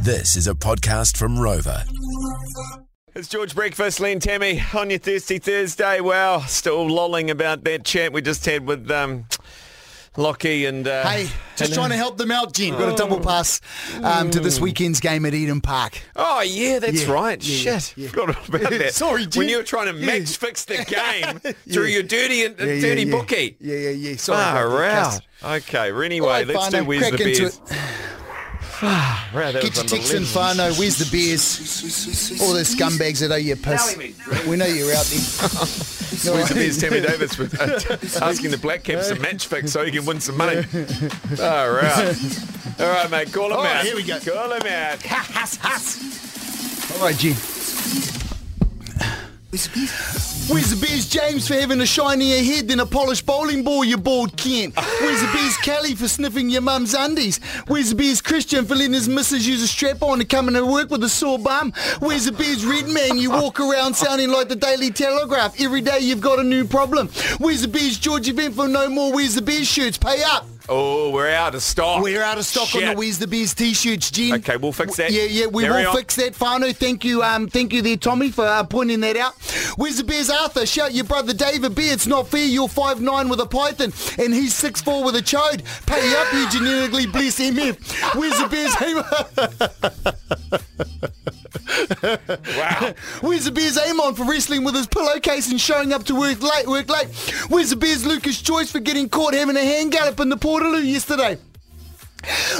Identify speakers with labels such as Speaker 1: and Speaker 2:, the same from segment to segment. Speaker 1: This is a podcast from Rover.
Speaker 2: It's George Breakfast, Len Tammy, on your Thirsty Thursday. Wow, still lolling about that chat we just had with um, Lockie and... Uh,
Speaker 3: Hey, just
Speaker 2: and-
Speaker 3: trying to help them out, Jen. Got a double pass um, to this
Speaker 2: Mm.
Speaker 3: weekend's game at Eden Park.
Speaker 2: Oh, yeah, that's
Speaker 3: Yeah,
Speaker 2: right.
Speaker 3: yeah,
Speaker 2: Shit,
Speaker 3: yeah.
Speaker 2: forgot about that.
Speaker 3: Sorry,
Speaker 2: When
Speaker 3: Jen.
Speaker 2: you were trying to
Speaker 3: Yeah.
Speaker 2: match fix the game through
Speaker 3: Yeah.
Speaker 2: your dirty and
Speaker 3: Yeah, yeah,
Speaker 2: dirty
Speaker 3: yeah.
Speaker 2: Uh, bookie.
Speaker 3: Yeah, yeah, yeah. Sorry.
Speaker 2: Ah,
Speaker 3: about that,
Speaker 2: wow.
Speaker 3: Cast.
Speaker 2: Okay, well, anyway,
Speaker 3: All right,
Speaker 2: let's
Speaker 3: Farno,
Speaker 2: do Where's the
Speaker 3: crack into
Speaker 2: Bears.
Speaker 3: it.
Speaker 2: Wow, that
Speaker 3: Get
Speaker 2: was
Speaker 3: your texts in,
Speaker 2: unbelievable.
Speaker 3: Farno. Where's the beers? All those scumbags that owe you piss. We know you're out there.
Speaker 2: Where's the Bears, Tammy Davis, with uh, asking the Black Caps to match fix so he can win some money. All right. All right, mate, call him
Speaker 3: Oh,
Speaker 2: out.
Speaker 3: here we go.
Speaker 2: Call him out.
Speaker 3: Huss, huss. All right, Jen. Where's the beers, James, for having a shinier head than a polished bowling ball, you bald Kent? Where's the beers, Kelly, for sniffing your mum's undies? Where's the beers, Christian, for letting his missus use a strap-on to come into work with a sore bum? Where's the beers, Redman, you walk around sounding like the Daily Telegraph? Every day you've got a new problem. Where's the beers, George Event, for no more Where's the Bears shirts? Pay up.
Speaker 2: Oh, we're out of stock.
Speaker 3: We're out of stock on
Speaker 2: Shit.
Speaker 3: the Where's the Bears t-shirts, Jen.
Speaker 2: Okay, we'll fix that.
Speaker 3: Yeah, yeah, we
Speaker 2: Carry
Speaker 3: will
Speaker 2: on.
Speaker 3: fix that, Fano. Thank you, um, thank you there, Tommy, for uh, pointing that out. Where's the Bears, Arthur? Shout your brother Dave a beer. It's not fair. You're five nine with a python, and he's six four with a chode. Pay up, you genetically blessed MF. Where's the Bears, Hemo?
Speaker 2: Wow.
Speaker 3: Where's the Bears, Amon, for wrestling with his pillowcase and showing up to work late? Work late. Where's the Bears, Lucas Choice, for getting caught having a hand gallop in the Portaloo yesterday?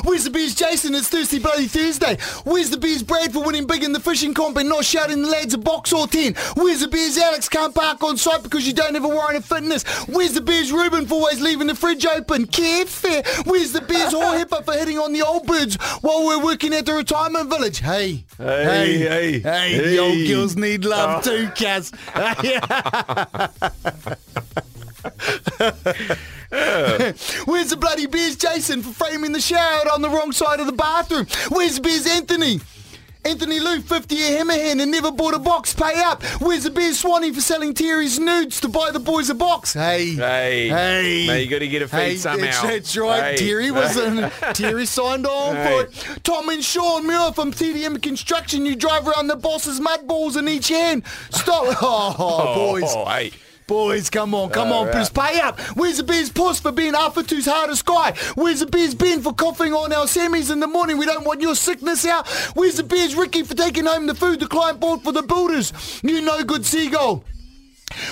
Speaker 3: Where's the bees, Jason? It's Thirsty Bloody Thursday. Where's the bees, Brad, for winning big in the fishing comp and not shouting the lads a box or ten? Where's the bees, Alex? Can't park on site because you don't have a warrant of fitness. Where's the bees, Ruben, for always leaving the fridge open? Care fair. Where's the bees, Hipper, for hitting on the old birds while we're working at the retirement village? Hey.
Speaker 2: Hey, hey,
Speaker 3: Hey,
Speaker 2: hey. Oh.
Speaker 3: the old girls need love too, Kaz. Where's the bloody beers, Jason, for framing the shower out on the wrong side of the bathroom? Where's the beers, Anthony? Anthony Lou, 50 year hammerhand and never bought a box, pay up. Where's the beers, Swanee, for selling Terry's nudes to buy the boys a box? Hey.
Speaker 2: Hey.
Speaker 3: Hey.
Speaker 2: Now you got to get a feed
Speaker 3: Hey,
Speaker 2: somehow.
Speaker 3: that's, that's right.
Speaker 2: Hey.
Speaker 3: Terry was in. Terry signed on
Speaker 2: Hey.
Speaker 3: for it. Tom and Sean Muir from TDM Construction. You drive around the boss's mud balls in each hand. Stop. Oh,
Speaker 2: Oh,
Speaker 3: boys.
Speaker 2: Oh, hey.
Speaker 3: Boys, come on, come on, please pay up. Where's the beer's puss for being Alpha Two's hardest guy? Where's the beer's Ben for coughing on our semis in the morning? We don't want your sickness out. Where's the beer's Ricky for taking home the food the client bought for the builders? You no good seagull.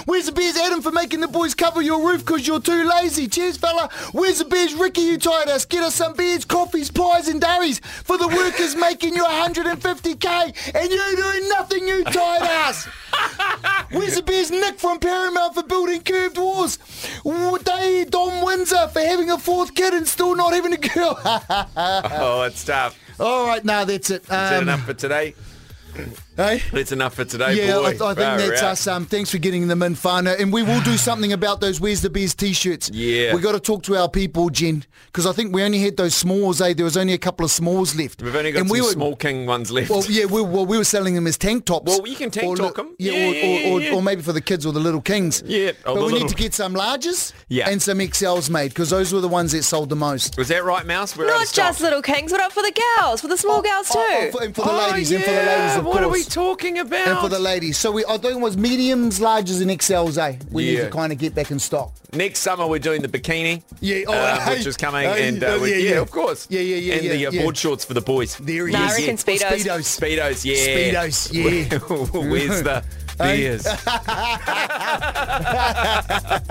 Speaker 3: Where's the beers, Adam, for making the boys cover your roof because you're too lazy? Cheers, fella. Where's the beers, Ricky, you tired us? Get us some beers, coffees, pies and dairies for the workers making you 150k and you doing nothing, you tired ass. Where's the beers, Nick from Paramount for building curved walls? Wh- They Don Windsor for having a fourth kid and still not having a girl.
Speaker 2: Oh, it's tough.
Speaker 3: All right, now that's it.
Speaker 2: Is that
Speaker 3: Um,
Speaker 2: enough for today?
Speaker 3: eh?
Speaker 2: That's enough for today,
Speaker 3: Yeah,
Speaker 2: boy.
Speaker 3: I, I think
Speaker 2: Far
Speaker 3: that's
Speaker 2: out.
Speaker 3: us. Um, thanks for getting them in, Farno. And we will do something about those Where's the Bears t-shirts.
Speaker 2: Yeah.
Speaker 3: we got to talk to our people, Jen, because I think we only had those smalls, eh? There was only a couple of smalls left.
Speaker 2: We've only got
Speaker 3: and
Speaker 2: some
Speaker 3: we were,
Speaker 2: small king ones left.
Speaker 3: Well, yeah, we, well, we were selling them as tank tops.
Speaker 2: Well, you can tank
Speaker 3: Or
Speaker 2: top
Speaker 3: li-
Speaker 2: 'em.
Speaker 3: Yeah,
Speaker 2: Yeah,
Speaker 3: or,
Speaker 2: yeah,
Speaker 3: or,
Speaker 2: yeah,
Speaker 3: or, or maybe for the kids or the little kings.
Speaker 2: Yeah, or the
Speaker 3: But we
Speaker 2: little-
Speaker 3: need to get some larges
Speaker 2: Yeah.
Speaker 3: and some XLs made because those were the ones that sold the most.
Speaker 2: Was that right, Mouse? We're out of
Speaker 4: Not
Speaker 2: stock.
Speaker 4: just little kings, but up for the gals, for the small gals too.
Speaker 3: Oh, oh, for- and for the
Speaker 2: Oh,
Speaker 3: ladies, and for the ladies,
Speaker 2: yeah,
Speaker 3: of
Speaker 2: What are we
Speaker 3: course.
Speaker 2: talking about?
Speaker 3: and for the ladies. So we, I think it was mediums, larges, and XLs, eh? We need
Speaker 2: Yeah.
Speaker 3: to kind of get back in stock.
Speaker 2: Next summer, we're doing the bikini.
Speaker 3: Yeah, oh,
Speaker 2: um,
Speaker 3: hey,
Speaker 2: which is coming.
Speaker 3: hey,
Speaker 2: and,
Speaker 3: oh,
Speaker 2: uh, we-
Speaker 3: yeah,
Speaker 2: yeah,
Speaker 3: yeah.
Speaker 2: of course.
Speaker 3: Yeah, yeah, yeah,
Speaker 2: And the
Speaker 3: yeah,
Speaker 2: uh,
Speaker 3: yeah.
Speaker 2: board shorts for the boys.
Speaker 3: There he
Speaker 4: Nah,
Speaker 3: is.
Speaker 4: I reckon
Speaker 3: Or
Speaker 4: Speedos.
Speaker 3: Speedos.
Speaker 2: Speedos, yeah.
Speaker 3: Speedos, yeah.
Speaker 2: Where's the beers?